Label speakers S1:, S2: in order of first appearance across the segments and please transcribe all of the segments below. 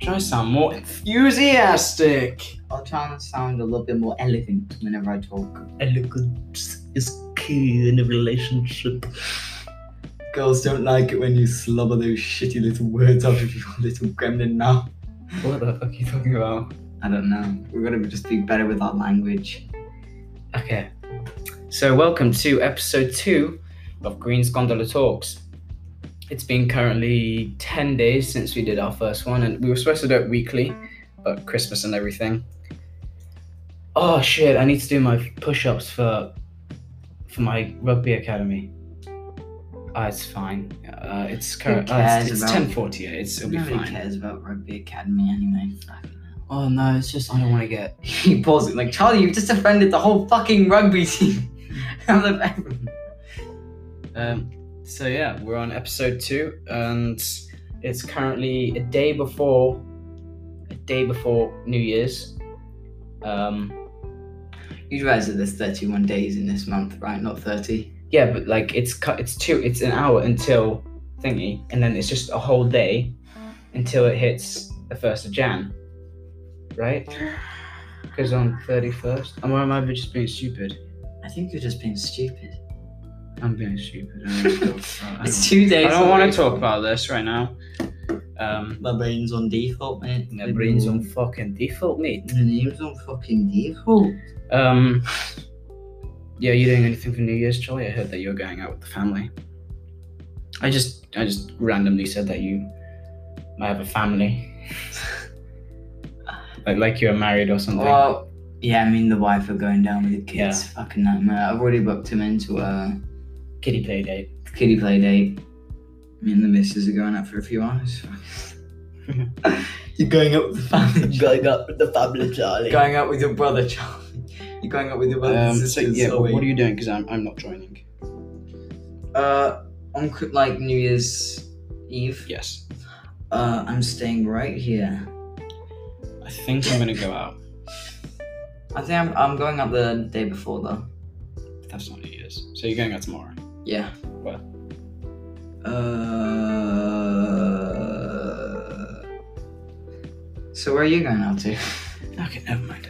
S1: try to sound more enthusiastic.
S2: I'll try and sound a little bit more elegant whenever I talk.
S3: Elegance is key in a relationship.
S2: Girls don't like it when you slobber those shitty little words out of your little gremlin mouth.
S1: What the fuck are you talking about?
S2: I don't know. We're gonna just be better with our language.
S1: Okay. So, welcome to episode two of Green's Gondola Talks. It's been currently 10 days since we did our first one, and we were supposed to do it weekly, but Christmas and everything. Oh shit, I need to do my push ups for, for my rugby academy. Ah, it's fine. Uh, it's current.
S2: Who
S1: Uh, it's
S2: cares
S1: it's
S2: about-
S1: 10:40. It's, it'll be
S2: Nobody
S1: fine.
S2: cares about rugby academy anyway. Fucking hell.
S1: Oh no, it's just I don't want to get
S2: he paused it like Charlie. You've just offended the whole fucking rugby team. Out of everyone.
S1: Um, so yeah, we're on episode two, and it's currently a day before, a day before New Year's. Um,
S2: you realize that there's 31 days in this month, right? Not 30.
S1: yeah, but like it's cut, it's two, it's an hour until thingy, and then it's just a whole day until it hits the first of Jan, right? Because on thirty first, am I am I just being stupid?
S2: I think you're just being stupid.
S1: I'm being stupid. I don't know. I don't-
S2: It's two
S1: I
S2: days.
S1: don't want
S2: away.
S1: to talk about this right now. Um,
S2: My brain's on default, mate.
S1: my brain's on fucking default, mate.
S2: The name's on fucking default.
S1: Um, yeah, you doing anything for New Year's, Charlie? I heard that you're going out with the family. I just, I just randomly said that you might have a family, like like you're married or something.
S3: Uh,
S2: Well, yeah, I mean, the wife are going down with the kids. Fucking nightmare. I've already booked him into a
S1: Kitty play date.
S2: kiddie play date. Me and the missus are going out for a few hours. You're going out with the family.
S3: Going up with the family, Charlie.
S2: going out with your brother, Charlie. You're going out with your brother
S1: Um,
S2: and
S1: so
S2: sisters.
S1: yeah,
S2: are
S1: what
S2: we?
S1: are you doing? Because I'm, I'm not joining.
S2: Uh, on cri- like New Year's Eve,
S1: Yes,
S2: uh, I'm staying right here.
S1: I think I'm gonna go out.
S2: I think I'm, I'm going out the day before though.
S1: But that's not New Year's. So you're going out tomorrow.
S2: Yeah.
S1: Where?
S2: Uh. So where are you going out to?
S1: Okay, never mind.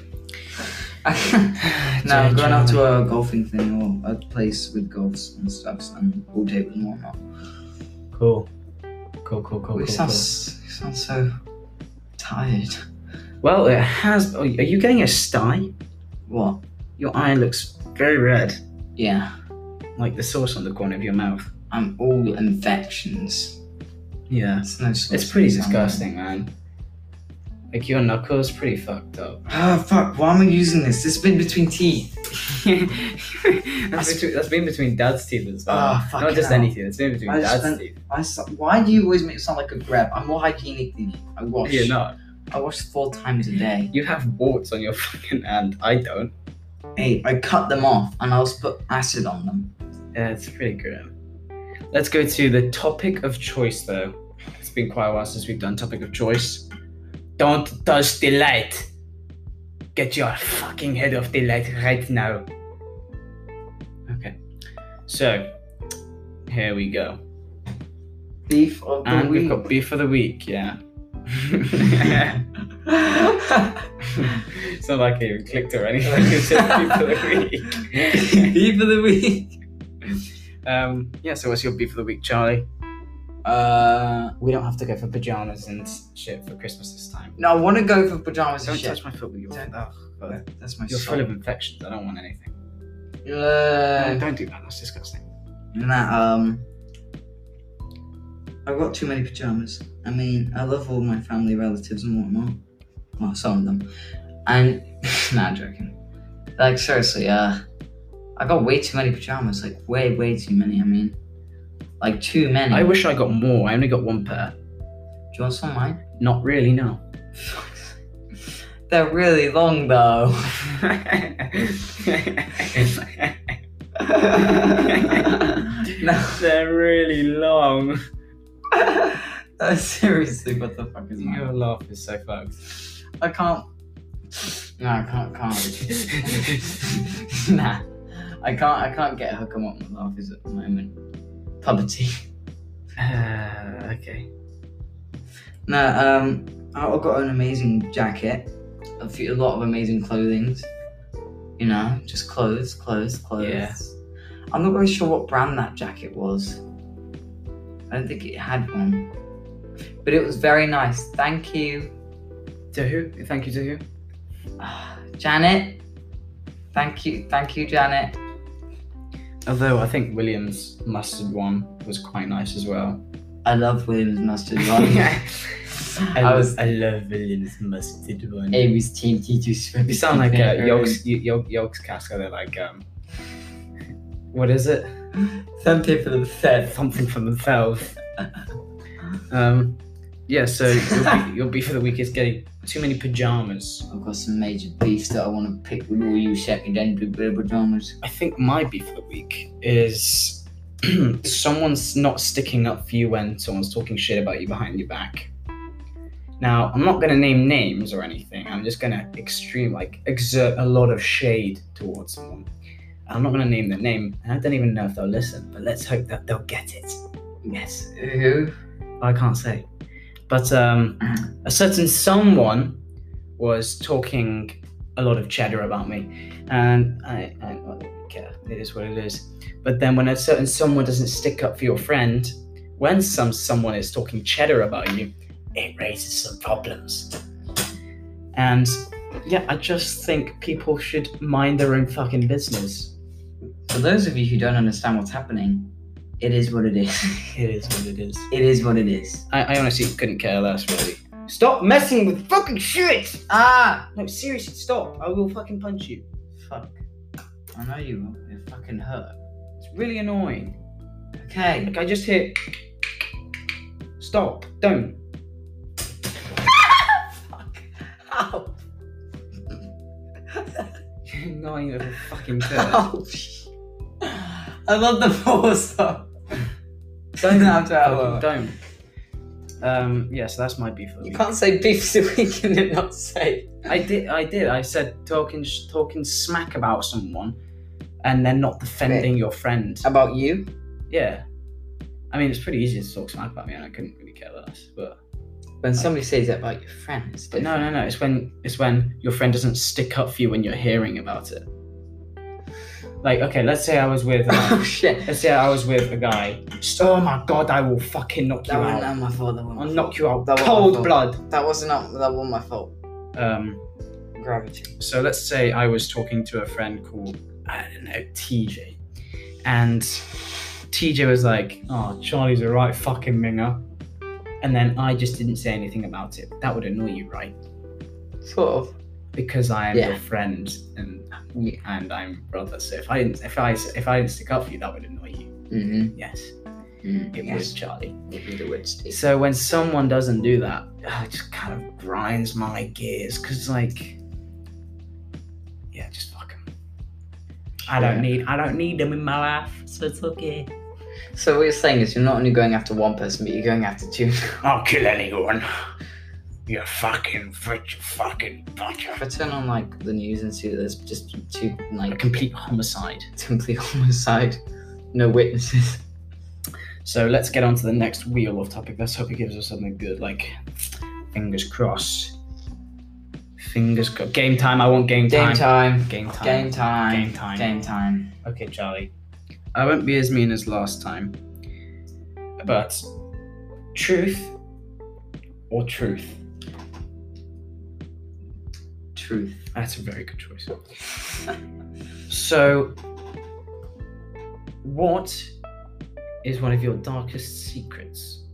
S2: no, I'm going out to a golfing thing or a place with golfs and stuffs and pool tables and whatnot.
S1: cool, cool, cool, cool. Oh,
S2: But
S1: cool,
S2: it sounds it sounds so tired.
S1: cool. Well, it has. Are you getting a sty?
S2: What?
S1: Your eye looks very red,
S2: Yeah,
S1: like the sauce on the corner of your mouth.
S2: I'm all infections.
S1: Yeah.
S2: It's no. sort
S1: It's
S2: of
S1: pretty
S2: thing, I'm-
S1: disgusting, man. Like your knuckles pretty fucked up.
S2: Ah, fuck, why am I using this? This bit between teeth.
S1: that's, between, that's been between dad's teeth as well.
S2: Ah, fucking
S1: Not just
S2: hell.
S1: any teeth, it's been between
S2: I just
S1: dad's
S2: spent-
S1: teeth.
S2: I so- why do you always make it sound like a grab? I'm more hygienic than you. I wash.
S1: You're not.
S2: I wash four times a day.
S1: You have warts on your fucking hand. I don't.
S2: Hey, I cut them off and I'll just put acid on them.
S1: Yeah, it's pretty grim. Let's go to the topic of choice, though. It's been quite a while since we've done topic of choice. Don't touch the light. Get your fucking head off the light right now. Okay. So, here we go.
S2: Beef of the
S1: And we've
S2: week.
S1: got beef for the week, yeah. it's not like I even clicked or anything. It's just beef for the week.
S2: beef of the week.
S1: um, yeah, so what's your beef for the week, Charlie?
S2: Uh,
S1: We don't have to go for pajamas and shit for Christmas this time.
S2: no, I want to go for pajamas
S1: Don't
S2: and shit.
S1: touch my foot with your
S2: Don't-
S1: Ugh, ugh.
S2: That's my
S1: You're
S2: soul.
S1: full of infections. I don't want anything. No,
S2: Uh,
S1: don't do that. That's disgusting.
S2: nah, um, I've got too many pajamas. I mean, I love all my family relatives and whatnot. Well, some of them. And nah, I'm joking. Like seriously, uh, I got way too many pajamas. Like way, way too many. I mean, like too many.
S1: I wish I got more. I only got one pair.
S2: Do you want some of mine?
S1: Not really, no.
S2: They're really long though. no,
S1: They're really long.
S2: no, seriously, what the fuck is mine?
S1: Your laugh is so fucked.
S2: I can't. No, I can't. Can't. nah, I can't. I can't get her come up with laughes at the moment. Puberty.
S1: Uh, okay.
S2: No. Um. I got an amazing jacket, a, few, a lot of amazing clothing. You know, just clothes, clothes, clothes.
S1: Yeah.
S2: I'm not really sure what brand that jacket was. I don't think it had one. But it was very nice. Thank you,
S1: To who? Thank you to who?
S2: Ah, Janet. Thank you, thank you, Janet.
S1: Although I think Williams mustard one was quite nice as well.
S2: I love Williams mustard one. I
S1: lo-
S2: was.
S3: I love Williams mustard one.
S2: It was Team Tito's.
S1: You sound like a Yolks Yolks, Yolks Casca. They're like um, what is it?
S2: Something for the set.
S1: Something for themselves. Um, yeah. So your be- your beef for the week is getting too many pajamas.
S2: I've got some major beef that I want to pick with all you secondary pajamas.
S1: I think my beef of the week is someone's not sticking up for you when someone's talking shit about you behind your back. Now, I'm not going to name names or anything. I'm just going to extreme, like, exert a lot of shade towards someone. I'm not going to name their name, and I don't even know if they'll listen, but let's hope that they'll get it. Yes.
S2: Who?
S1: I can't say. But um, a certain someone was talking a lot of cheddar about me, and I, I don't really care. It is what it is. But then when a certain someone doesn't stick up for your friend, when some someone is talking cheddar about you, it raises some problems. And yeah, I just think people should mind their own fucking business.
S2: For those of you who don't understand what's happening, it is what it is.
S1: It is what it is.
S2: it is what it is.
S1: I, I honestly couldn't care less, really. Stop messing with fucking shit!
S2: Ah!
S1: No, seriously, stop. I will fucking punch you.
S2: Fuck. I know you will. It fucking hurt.
S1: It's really annoying.
S2: Okay.
S1: Like, I just hit. Stop. Don't.
S2: Fuck. Ow.
S1: You're annoying little fucking turd.
S2: Ow. I love the pause though.
S1: Don't.
S2: Don't have to
S1: Fucking
S2: hour.
S1: don't. Um, yeah, so that's my beef of the
S2: You
S1: week.
S2: can't say beef the week and then not say.
S1: I did, I did. I said talking, sh- talking smack about someone, and then not defending your friend.
S2: About you?
S1: Yeah, I mean it's pretty easy to talk smack about me, and I couldn't really care less. But
S2: When somebody says that about your friends,
S1: but no, no, no. It's when it's when your friend doesn't stick up for you when you're hearing about it. Like, okay, let's say I was with. um,
S2: Oh shit.
S1: Let's say I was with a guy. Just, oh my god, I will fucking knock you
S2: That wasn't
S1: out.
S2: my fault. That wasn't
S1: I'll
S2: my
S1: knock you out.
S2: That wasn't
S1: Cold
S2: my
S1: blood.
S2: fault. That wasn't that wasn't my fault.
S1: Um,
S2: Gravity.
S1: so let's say I was talking to a friend called, I don't know, TJ. And TJ was like, oh, Charlie's a right fucking minger. And then I just didn't say anything about it. That would annoy you, right?
S2: Sort of.
S1: Because I am
S2: Yeah.
S1: your friend and
S2: Yeah.
S1: and I'm brother. So if I didn't if I if I didn't stick up for you, that would annoy you.
S2: Mm-hmm.
S1: Yes, it
S2: Mm,
S1: was Charlie.
S2: the words.
S1: So when someone doesn't do that, ah, it just kind of grinds my gears because, like, yeah, just fuck 'em. I don't
S2: Yeah.
S1: need, I don't need them in my life, so it's okay.
S2: So what you're saying is you're not only going after one person, but you're going after two.
S1: I'll kill anyone. You fucking rich, fucking butcher.
S2: if I turn on like the news and see that there's just two
S1: A
S2: like
S1: complete homicide.
S2: simply homicide, no witnesses.
S1: So let's get on to the next wheel of topic. Let's hope it gives us something good. Like, fingers crossed. Fingers crossed. Game time. I want game,
S2: Game time.
S1: Game time.
S2: Game time.
S1: Game time.
S2: Game time.
S1: Okay, Charlie. I won't be as mean as last time. But truth or truth?
S2: Truth.
S1: That's a very good choice. so, what is one of your darkest secrets?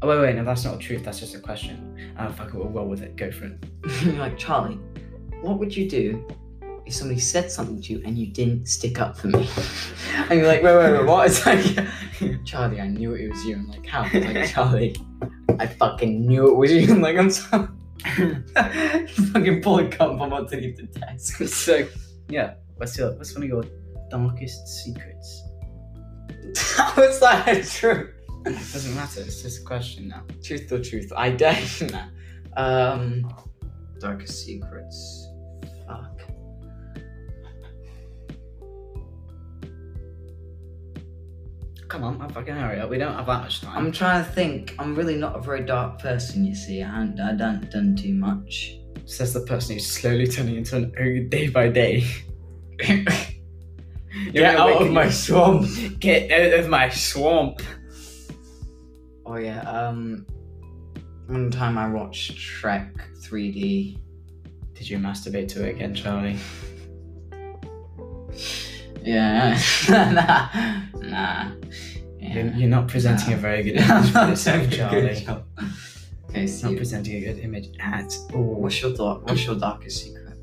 S1: Oh, wait, wait, no, that's not a truth, that's just a question. Oh, fuck it, we'll roll with it, go for it.
S2: you're like Charlie, what would you do if somebody said something to you and you didn't stick up for me? and you're like, wait, wait, wait, what? It's like, Charlie, I knew it was you. I'm like, how? He's like, Charlie, I fucking knew it was you. I'm like, I'm sorry. you fucking pulled a cum from underneath the desk.
S1: so, yeah, what's, your, what's one of your darkest secrets?
S2: How is that true?
S1: Doesn't matter, it's just a question now.
S2: Truth or truth? I don't know. Um, darkest secrets. Fuck.
S1: I Come on, man, fucking hurry up. We don't have that much time.
S2: I'm trying to think. I'm really not a very dark person, you see. I haven't, I haven't done too much.
S1: Says the person who's slowly turning into an ogre day by day. You're
S2: Get out of my
S1: swamp. Get out of my swamp.
S2: Oh yeah. Um, one time I watched Shrek 3D.
S1: Did you masturbate to it again, Charlie?
S2: Yeah. nah. Nah.
S1: You're,
S2: Yeah.
S1: you're not presenting a very good image for yourself, Charlie.
S2: Okay, so
S1: Not
S2: you-
S1: presenting a good image at all.
S2: what's your dark? What's your darkest secret?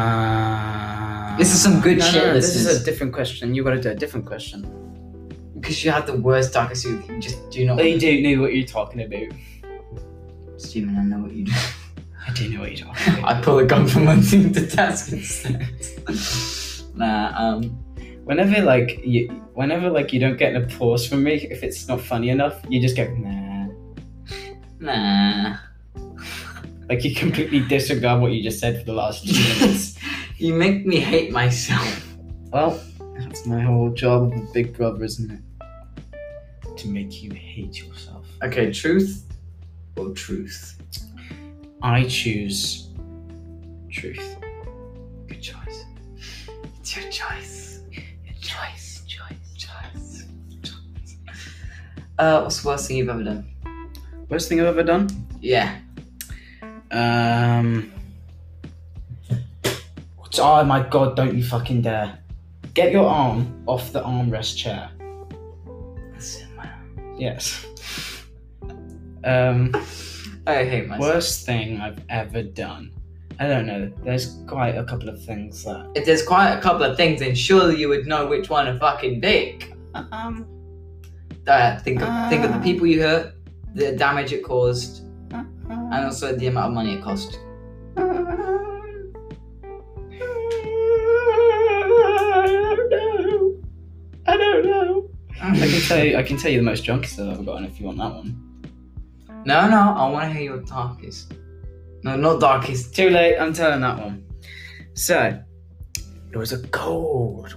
S1: Uh,
S2: This is some good
S1: no, no,
S2: shit,
S1: no, this
S2: listeners.
S1: is a different question. You got to do a different question.
S2: Because you had the worst darkest secret. You just do not.
S1: I don't know what you're talking about.
S2: Steven, I know what you do.
S1: I do know what you're talking about.
S2: I pull a gun from one team to task instead. nah. Um.
S1: whenever like you, whenever like you don't get an applause from me, if it's not funny enough, you just go nah.
S2: Nah.
S1: Like you completely disregard what you just said for the last two minutes.
S2: You make me hate myself.
S1: Well, that's my whole job with Big Brother, isn't it? To make you hate yourself.
S2: Okay, truth or truth?
S1: I choose truth.
S2: Good choice. It's your choice. Your choice, choice, choice, choice. Uh, what's the worst thing you've ever done?
S1: Worst thing I've ever done?
S2: Yeah.
S1: Um. what's- Oh my god, don't you fucking dare. Get your arm off the armrest chair.
S2: That's in my-
S1: Yes. Um,
S2: I hate myself.
S1: worst thing I've ever done. I don't know. There's quite a couple of things that.
S2: If there's quite a couple of things, then surely you would know which one to fucking pick.
S1: Um.
S2: Uh, think of think of the
S1: Uh.
S2: people you hurt, the damage it caused, and also the amount of money it cost.
S1: I don't know. I don't know. I can tell you. I can tell you the most junkies I've ever gotten if you want that one.
S2: No, no, I want to hear your darkest. No, not darkest.
S1: Too late. I'm telling that one. So, it was a cold,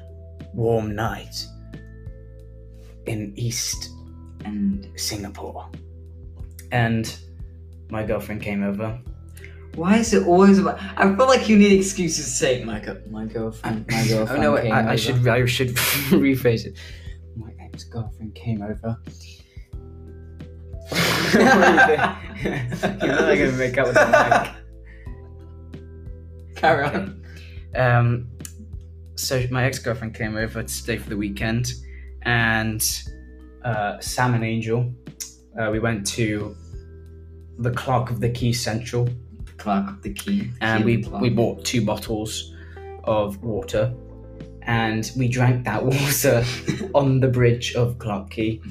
S1: warm night in East
S2: And
S1: Singapore, and my girlfriend came over.
S2: Why is it always about? I feel like you need excuses to say my go- my girlfriend, my girlfriend.
S1: oh no!
S2: came
S1: I, I
S2: over."
S1: should. I should rephrase it. My ex-girlfriend came over. You're not gonna make out with that.
S2: Carry on.
S1: Um, so my ex-girlfriend came over to stay for the weekend, and uh, Sam and Angel, uh, we went to the Clerk of the Key Central,
S2: Clark of the key.
S1: and
S2: Key
S1: we
S2: of the Clark.
S1: we bought two bottles of water, and we drank that water on the bridge of Clark Key,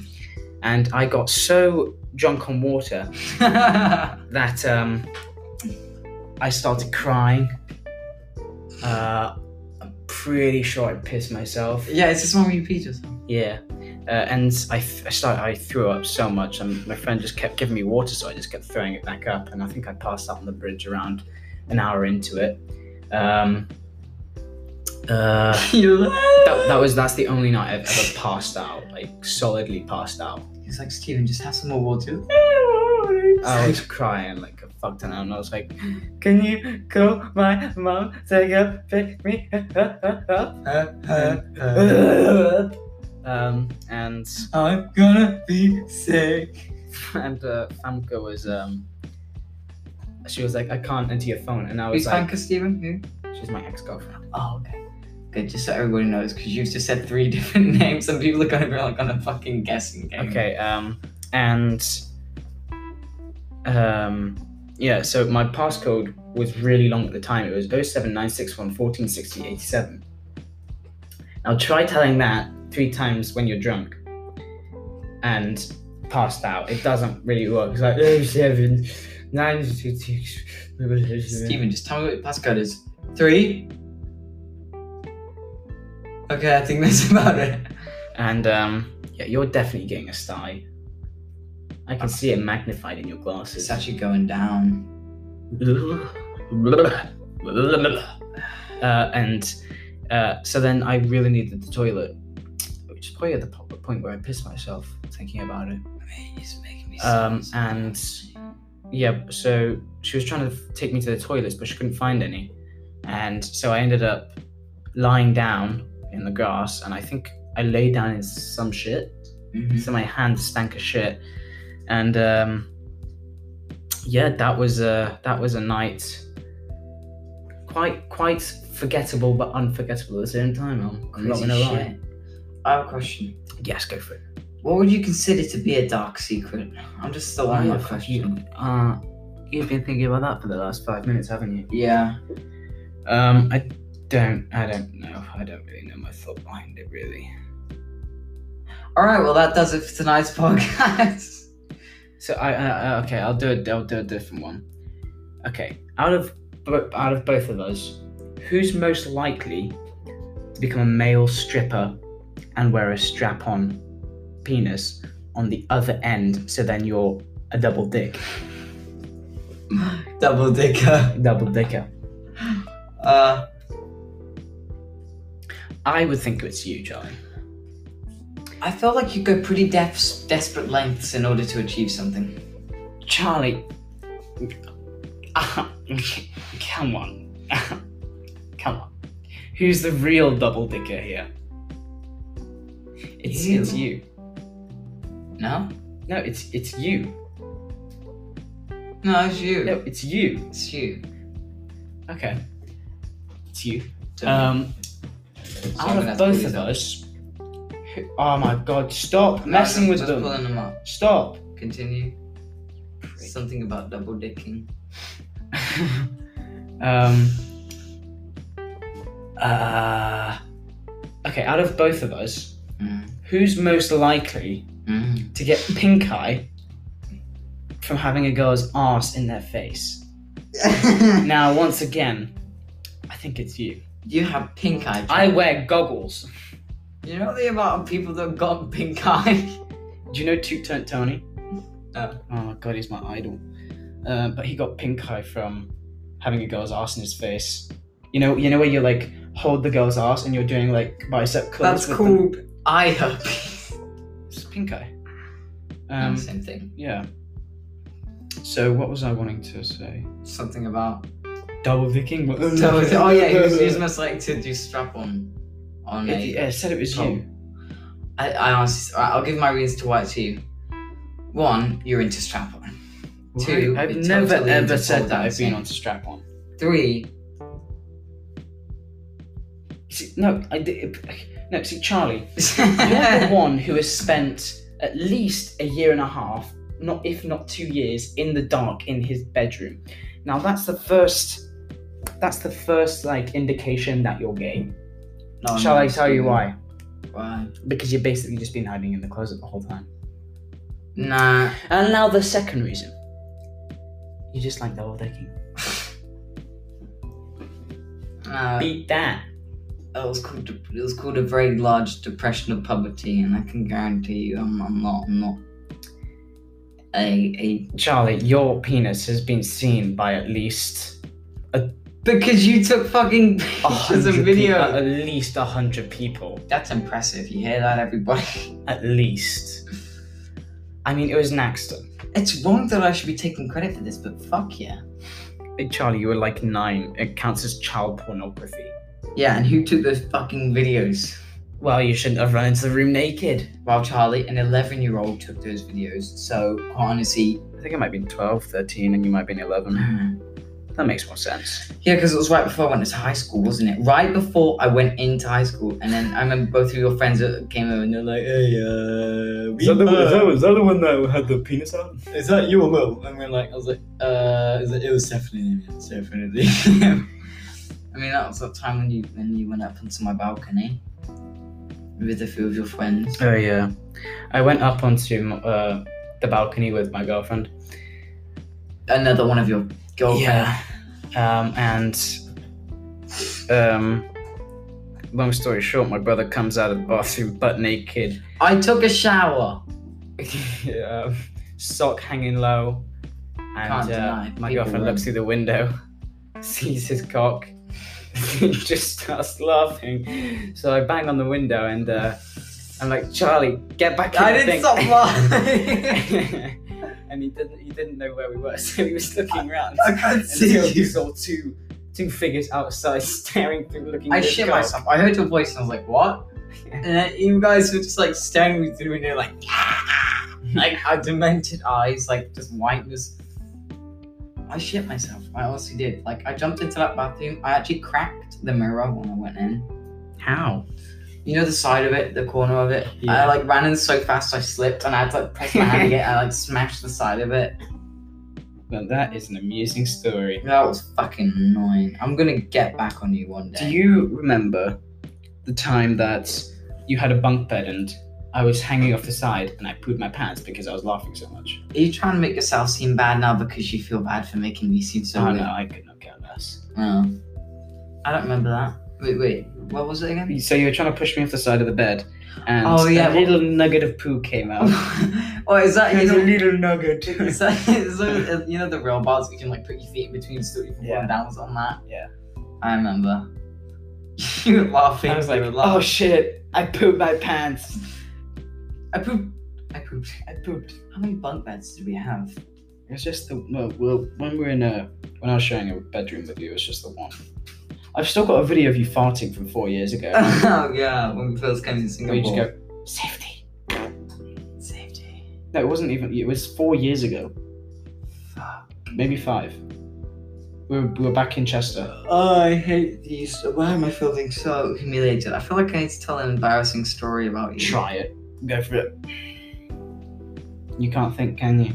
S1: and I got so drunk on water that um, I started crying. Uh, I'm pretty sure I pissed myself.
S2: yeah, it's this one where you pee yourself.
S1: Yeah, uh, and I, th- I started. I threw up so much, and my friend just kept giving me water, so I just kept throwing it back up, and I think I passed out on the bridge around an hour into it. Um, uh,
S2: You.
S1: that, that was that's the only night I've ever passed out, like solidly passed out.
S2: He's like Steven, just have some more water.
S1: I was crying like a fuck ton, and I was like, "Can you call my mom to go pick me up?"
S2: Uh,
S1: um, and
S2: I'm gonna be sick.
S1: and uh, Famke was um, she was like, "I can't enter your phone," and I was
S2: Who's
S1: like,
S2: Anka Steven? Who?
S1: "She's my ex-girlfriend."
S2: Oh, okay. Good, just so everybody knows, because you've just said three different names, and people are gonna be like on a fucking guessing game.
S1: Okay, um, and um, yeah, so my passcode was really long at the time. It was 07961 1460 87. Now try telling that three times when you're drunk and passed out. It doesn't really work. It's like 07
S2: Steven, just tell me what your passcode is. Three. Okay, I think that's about it.
S1: And um, yeah, you're definitely getting a sty. I can see it magnified in your glasses. Uh,
S2: It's actually going down.
S1: uh, and uh, so then I really needed the toilet, which which is probably at the po- point where I pissed myself thinking about it.
S2: Man, it's making me
S1: Um,
S2: sick.
S1: and yeah, so she was trying to f- take me to the toilets, but she couldn't find any. And so I ended up lying down in the grass, and I think I lay down in some shit.
S2: Mhm.
S1: So my hand stank of shit. And um, yeah, that was a that was a night quite quite forgettable but unforgettable at the same time. I'm, I'm not
S2: Crazy
S1: gonna lie.
S2: shit. I have a question.
S1: Yes, go for it.
S2: What would you consider to be a dark secret? I'm just still on
S1: Why
S2: that
S1: the fuck
S2: question.
S1: you- Uh, you've been thinking about that for the last five minutes, haven't you?
S2: Yeah.
S1: Um, I don't, I don't know. I don't really know my thought behind it, really.
S2: All right. Well, that does it for tonight's podcast.
S1: So I, I, I okay, I'll do it. I'll do a different one. Okay, out of bo- out of both of us, who's most likely to become a male stripper and wear a strap-on penis on the other end? So then you're a double dick,
S2: Double dicker.
S1: double dicker.
S2: Uh,
S1: I would think it's you, Charlie.
S2: I feel like you go pretty def- desperate lengths in order to achieve something.
S1: Charlie, come on, come on. Who's the real double dicker here? It's
S2: You.
S1: it's you.
S2: No.
S1: No, it's it's you.
S2: No, it's you.
S1: No, it's you.
S2: It's you.
S1: Okay, it's you.
S2: Don't-
S1: Um,
S2: so I'm
S1: out
S2: gonna have
S1: of
S2: to
S1: both
S2: leave
S1: of
S2: them.
S1: us. who- Oh my God! Stop
S2: No,
S1: messing
S2: no,
S1: with
S2: just
S1: them.
S2: pulling them up.
S1: Stop.
S2: Continue. Something about double dicking.
S1: um. Uh. Okay, out of both of us,
S2: Mm.
S1: who's most likely
S2: Mm.
S1: to get pink eye from having a girl's ass in their face? Now, once again, I think it's you.
S2: you have pink eye.
S1: I
S2: Jack.
S1: wear goggles.
S2: You know the amount of people that got pink eye.
S1: Do you know Toot Toot Tony?
S2: No.
S1: Oh my god, he's my idol. Um, but he got pink eye from having a girl's ass in his face. You know, you know where you like hold the girl's ass and you're doing like bicep curls.
S2: That's
S1: with
S2: called eye herpes.
S1: Them. It's pink eye.
S2: No,
S1: Um,
S2: Same thing.
S1: yeah. So what was I wanting to say?
S2: Something about.
S1: Double dicking.
S2: So, oh yeah, he was, he was most like to do strap on. On a-
S1: It, yeah, I said it was you.
S2: I, I honestly, I- I'll give my reasons to why it's you. One, you're into strap on. Two,
S1: Why? I've
S2: it's
S1: never
S2: totally
S1: ever
S2: into
S1: said
S2: pole
S1: that I've been
S2: dancing.
S1: on strap on.
S2: Three,
S1: See, no, I did. No, see, Charlie. You're the one who has spent at least a year and a half, not if not two years, in the dark in his bedroom. Now that's the first that's the first like indication that you're gay.
S2: No, I'm
S1: Shall
S2: not
S1: I tell you
S2: stupid.
S1: why?
S2: Why?
S1: Because you've basically just been hiding in the closet the whole time.
S2: Nah.
S1: And now the second reason. You just like double decking.
S2: Uh,
S1: Beat that.
S2: it was called it was called a very large depression of poverty, and I can guarantee you, I'm, I'm not I'm not a
S1: Charlie, your penis has been seen by at least
S2: a because you took fucking
S1: a
S2: pictures and
S1: hundred people.
S2: video.
S1: At least a hundred people.
S2: That's impressive. You hear that, everybody?
S1: At least. I mean, it was an accident.
S2: It's wrong that I should be taking credit for this, but fuck yeah.
S1: Hey, Charlie, you were like nine. It counts as child pornography.
S2: Yeah, and who took those fucking videos?
S1: Well, you shouldn't have run into the room naked.
S2: Well, Charlie, an 11 year old took those videos, so quite honestly,
S1: I think I might have been 12, 13, and you might have been 11. That makes more sense.
S2: Yeah, because it was right before I went to high school, wasn't it? Right before I went into high school, and then I remember both of your friends uh, came over and they're like, "Hey, uh, we heard-
S1: that the one that had the penis out?
S2: is that you or Will?" And we're like, "I was like, uh, is it, it was definitely me, it's definitely." him." I mean, that was the time when you when you went up onto my balcony with a few of your friends.
S1: Oh, yeah. I went up onto uh, the balcony with my girlfriend.
S2: Another one of your girlfriends.
S1: Yeah. Um, and um, long story short, my brother comes out of the bathroom butt naked.
S2: I took a shower.
S1: um, sock hanging low,
S2: Can't
S1: and uh,
S2: deny,
S1: my
S2: people
S1: girlfriend
S2: win.
S1: looks through the window, sees his cock, and just starts laughing. So I bang on the window, and uh, I'm like, Charlie, get back in
S2: I
S1: the
S2: didn't
S1: thing."
S2: stop laughing.
S1: and he didn't he didn't know where we were, so he was looking around.
S2: I can't
S1: until
S2: see
S1: he
S2: you.
S1: saw two two figures outside staring through looking
S2: I
S1: at the
S2: shit
S1: car.
S2: myself. I heard your voice and I was like, what? And then you guys were just like staring me through and they're like, like our demented eyes, like just whiteness. I shit myself. I honestly did. Like I jumped into that bathroom. I actually cracked the mirror when I went in.
S1: How?
S2: You know the side of it, the corner of it.
S1: Yeah.
S2: I like ran in so fast I slipped and I had to like press my hand again. I like smashed the side of it.
S1: Now that is an amusing story.
S2: That was fucking annoying. I'm gonna get back on you one day.
S1: Do you remember the time that you had a bunk bed and I was hanging off the side and I pooed my pants because I was laughing so much?
S2: Are you trying to make yourself seem bad now because you feel bad for making me seem so
S1: I
S2: weird?
S1: know, Oh, I could not care less.
S2: No. I don't remember that. Wait, wait. What was it again?
S1: So you were trying to push me off the side of the bed and
S2: Oh, yeah,
S1: a
S2: well-
S1: little nugget of poo came out.
S2: oh, is that you know,
S1: little nugget.
S2: is that, is that, uh, you know the rail bars you can like put your feet in between so you can
S1: Yeah.
S2: fall down was on that?
S1: Yeah.
S2: I remember. you were laughing.
S1: I was like,
S2: you were
S1: oh
S2: laughing.
S1: shit, I pooed my pants. oh.
S2: I pooped. I pooped.
S1: I pooped.
S2: How many bunk beds did we have?
S1: It was just the well, well when we were in a when I was sharing a bedroom with you, it was just the one. I've still got a video of you farting from four years ago.
S2: oh yeah, when we first came to
S1: where you just
S2: Singapore.
S1: go safety.
S2: Safety.
S1: No, it wasn't even. It was four years ago,
S2: Fuck.
S1: maybe five. We were, we were back in Chester.
S2: Oh, I hate these. Why am I feeling so humiliated? I feel like I need to tell an embarrassing story about you.
S1: Try it. Go for it. You can't think, can you?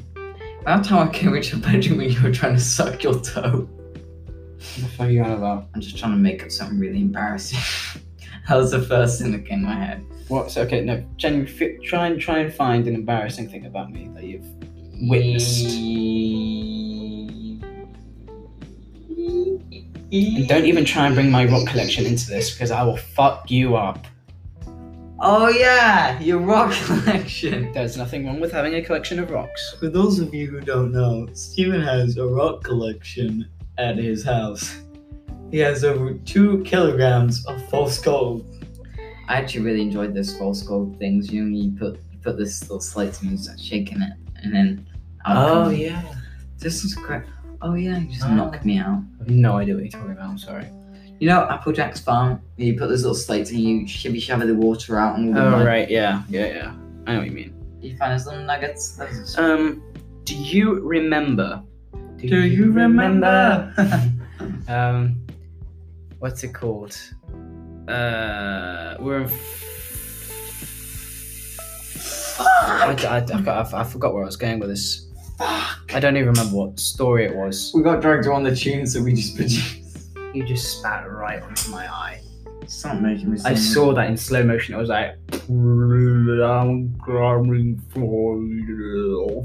S2: That time I came into your bedroom when you were trying to suck your toe.
S1: What the fuck are you on about?
S2: I'm just trying to make up something really embarrassing. that was the first thing that came to my head.
S1: What? So, okay, no. Genuinely, fi- try and try and find an embarrassing thing about me that you've Witnessed. And don't even try and bring my rock collection into this because I will fuck you up.
S2: Oh yeah, your rock collection.
S1: There's nothing wrong with having a collection of rocks.
S2: For those of you who don't know, Steven has a rock collection at his house. He has over two kilograms of false gold. I actually really enjoyed those false gold things. You know, you put you put this little slate to me and start shaking it, and then I'll come-
S1: Oh, yeah.
S2: this is great. Oh yeah, you just
S1: Oh.
S2: knocked me out.
S1: I've no idea what you're talking about. I'm sorry.
S2: You know Applejack's farm? You put those little slates and you shibby shabby the water out and all the
S1: Oh
S2: mud.
S1: right, yeah, yeah, yeah. I know what you mean.
S2: You find those little nuggets. Those are-
S1: Um, do you remember? Um, what's it called? Uh, we're in. I,
S2: Fuck!
S1: I, I, I forgot where I was going with this. I don't even remember what story it was.
S2: We got dragged on the tunes that we just produced.
S1: You just spat right onto my eye.
S2: It's not making me.
S1: I saw that in slow motion. It was like, I'm coming for you.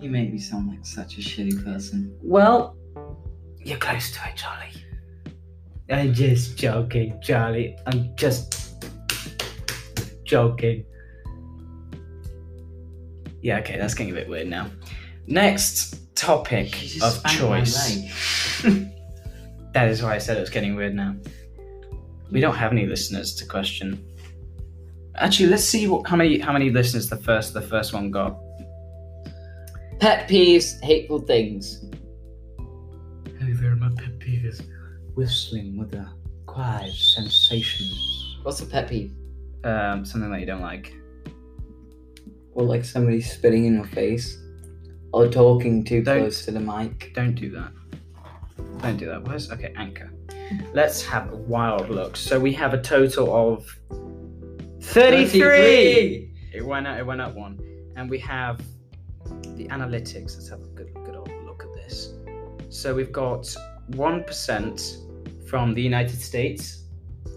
S2: You make me sound like such a shitty person.
S1: Well, you're close to it, Charlie. I'm just joking, Charlie. I'm just joking. Yeah, okay, that's getting a bit weird now. Next topic
S2: You just
S1: of
S2: spanked my
S1: choice.
S2: leg.
S1: That is why I said it was getting weird now. We don't have any listeners to question. Actually, let's see what how many how many listeners the first the first one got.
S2: Pet peeves, hateful things.
S1: Hey there, my pet peeve is whistling with a quiet sensation.
S2: What's a pet peeve?
S1: Um, something that you don't like.
S2: Well, like somebody spitting in your face, or talking too
S1: Don't-
S2: close to the mic.
S1: Don't do that. Don't do that. Where's okay? Anchor. Let's have a wild look. So we have a total of thirty-three. It went up, it went up one. And we have the analytics. Let's have a good, good old look at this. So we've got 1% from the United States.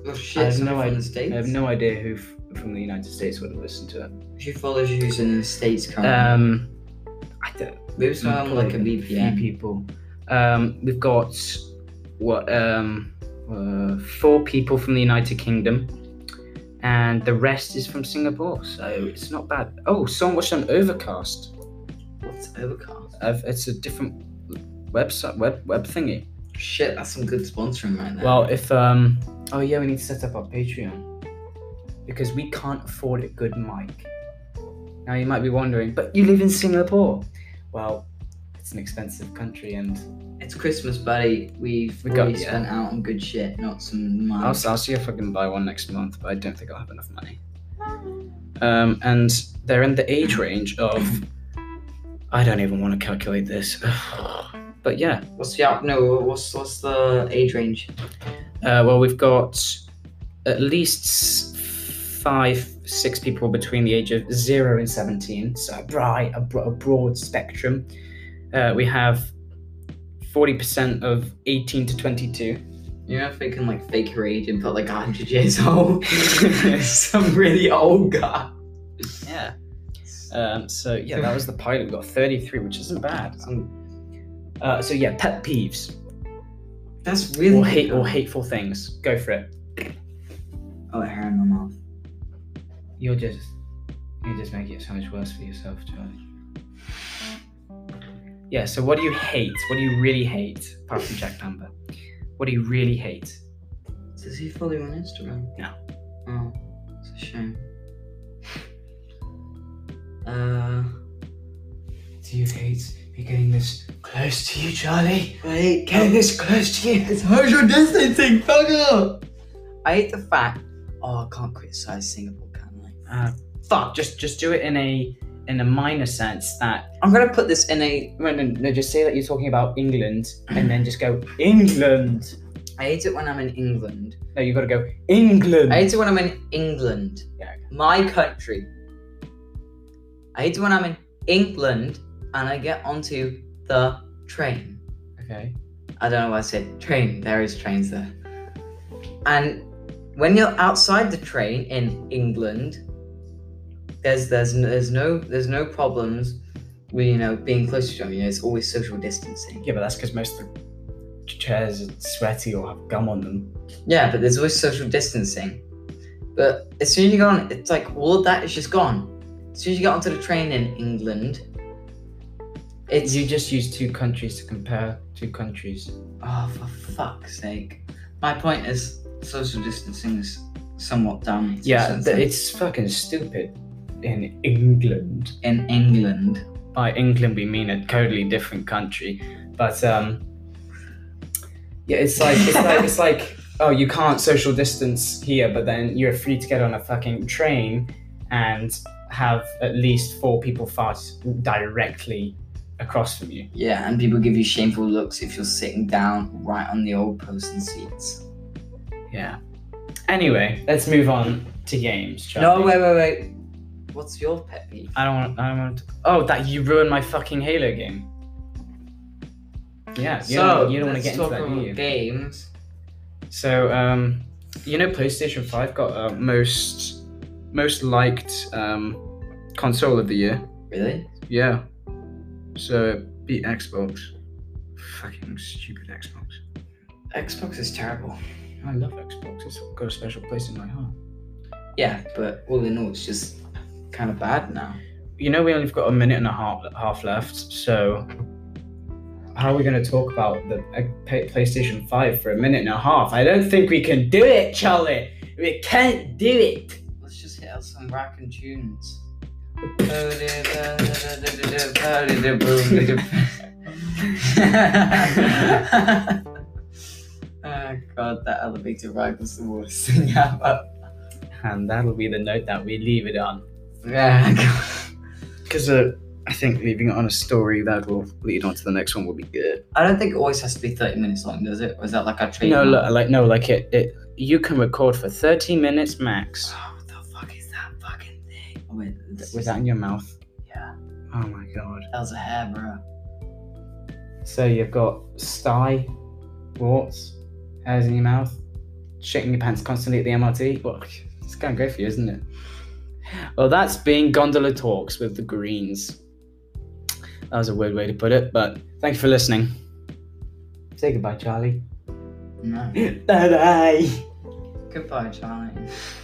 S2: Oh
S1: I
S2: shit!
S1: have
S2: Someone
S1: no
S2: from
S1: idea.
S2: the states.
S1: I have no idea who f- from the United States would have listened to it.
S2: She follows you who's in the states currently.
S1: Um, I don't
S2: Maybe someone like a
S1: probably
S2: VPN.
S1: few people. Um, we've got what um, uh, four people from the United Kingdom, and the rest is from Singapore. So it's not bad. Oh, someone watched on Overcast.
S2: What's Overcast?
S1: I've, it's a different website web web thingy.
S2: Shit, that's some good sponsoring right there.
S1: Well, if um Oh yeah, we need to set up our Patreon because we can't afford a good mic. Now you might be wondering, but you live in Singapore. Well, it's an expensive country, and
S2: It's Christmas, buddy. We've
S1: We
S2: we
S1: got-
S2: already
S1: yeah.
S2: spent out on good shit, not some
S1: I'll, I'll
S2: miles.
S1: see if I can buy one next month, but I don't think I'll have enough money. Um, and they're in the age range of I don't even want to calculate this, but yeah.
S2: What's the out? No, what's what's the age range?
S1: Uh, well, we've got at least s- five, six people between the age of zero and 17, so a broad, a, bro- a broad spectrum. Uh, we have 40% of 18 to 22.
S2: You know if they can like fake your age and put like hundred years old, some really old guy.
S1: Yeah. Um, so, yeah, that was the pilot. We got 33, which isn't bad.
S2: Some-
S1: Uh, so, yeah, pet peeves
S2: that's really
S1: or, hate,
S2: good.
S1: or hateful things. Go for it.
S2: Oh, hair in my mouth.
S1: You're just. You just make it so much worse for yourself, Charlie. Yeah, so what do you hate? What do you really hate? Apart from Jack Bamber. What do you really hate?
S2: Does he follow you on Instagram?
S1: No.
S2: Oh, it's a shame. Uh,
S1: Do you hate me getting this close to you, Charlie?
S2: wait,
S1: this close to you?
S2: It's social distancing, fucker! I hate the fact. Oh, I can't criticize Singapore, can
S1: Uh, fuck, just just do it in a in a minor sense that
S2: I? I'm gonna put this in a.
S1: no, no, no, just say that you're talking about England and then just go England.
S2: I hate it when I'm in England.
S1: No, you've got to go England.
S2: I hate it when I'm in England.
S1: Yeah, okay.
S2: My country. I hate it when I'm in England and I get onto the train.
S1: Okay.
S2: I don't know why I said train. There is trains there. And when you're outside the train in England, there's there's n- there's no there's no problems with you know being close to each other. You know, it's always social distancing.
S1: Yeah, but that's because most of the chairs are sweaty or have gum on them.
S2: Yeah, but there's always social distancing. But as soon as you go on, it's like all of that is just gone. As soon as you get onto the train in England, it's
S1: You just use two countries to compare two countries.
S2: Oh, for fuck's sake. My point is, social distancing is somewhat done.
S1: Yeah, th- it's fucking stupid. In England,
S2: in England.
S1: by England we mean a totally different country, but um, yeah, it's like it's like it's like oh you can't social distance here, but then you're free to get on a fucking train and have at least four people fart directly across from you.
S2: Yeah, and people give you shameful looks if you're sitting down right on the old person seats.
S1: Yeah. Anyway, let's move on to games. shall
S2: No,
S1: we?
S2: wait, wait, wait. What's your pet peeve?
S1: I don't want. I don't want. To, oh, that you ruined my fucking Halo game. Yeah, you don't, you don't want to
S2: let's
S1: get into
S2: talk
S1: that, do
S2: about
S1: you?
S2: games.
S1: So, um, you know, PlayStation Five got uh, most most liked um, console of the year.
S2: Really?
S1: Yeah. So it beat Xbox. Fucking stupid Xbox.
S2: Xbox is terrible.
S1: I love Xbox. It's got a special place in my heart.
S2: Yeah, but all in all, it's just kind of bad now.
S1: You know, we only've got a minute and a half half left. So. How are we going to talk about the uh, Pa- PlayStation 5 for a minute and a half? I don't think we can do it, Charlie. We can't do it.
S2: Let's just hit out some rockin' tunes. oh god, that elevator ride was the worst thing ever.
S1: And that'll be the note that we leave it on.
S2: Yeah, God.
S1: Because uh, I think leaving it on a story that will lead on to the next one will be good.
S2: I don't think it always has to be 30 minutes long, does it? Or is that like our trade?
S1: No, look, like no, like it, it. You can record for thirty minutes max.
S2: Oh, what the fuck is that fucking thing? Oh, wait, this-
S1: Was that in your mouth?
S2: Yeah.
S1: Oh my god.
S2: That was a hair, bro.
S1: So you've got sty, warts, hairs in your mouth, shitting your pants constantly at the MRT. Well, it's going great for you, isn't it? Well, that's been Gondola Talks with the Greens. That was a weird way to put it, but thank you for listening. Say goodbye, Charlie.
S2: No.
S1: Bye bye.
S2: Goodbye, Charlie.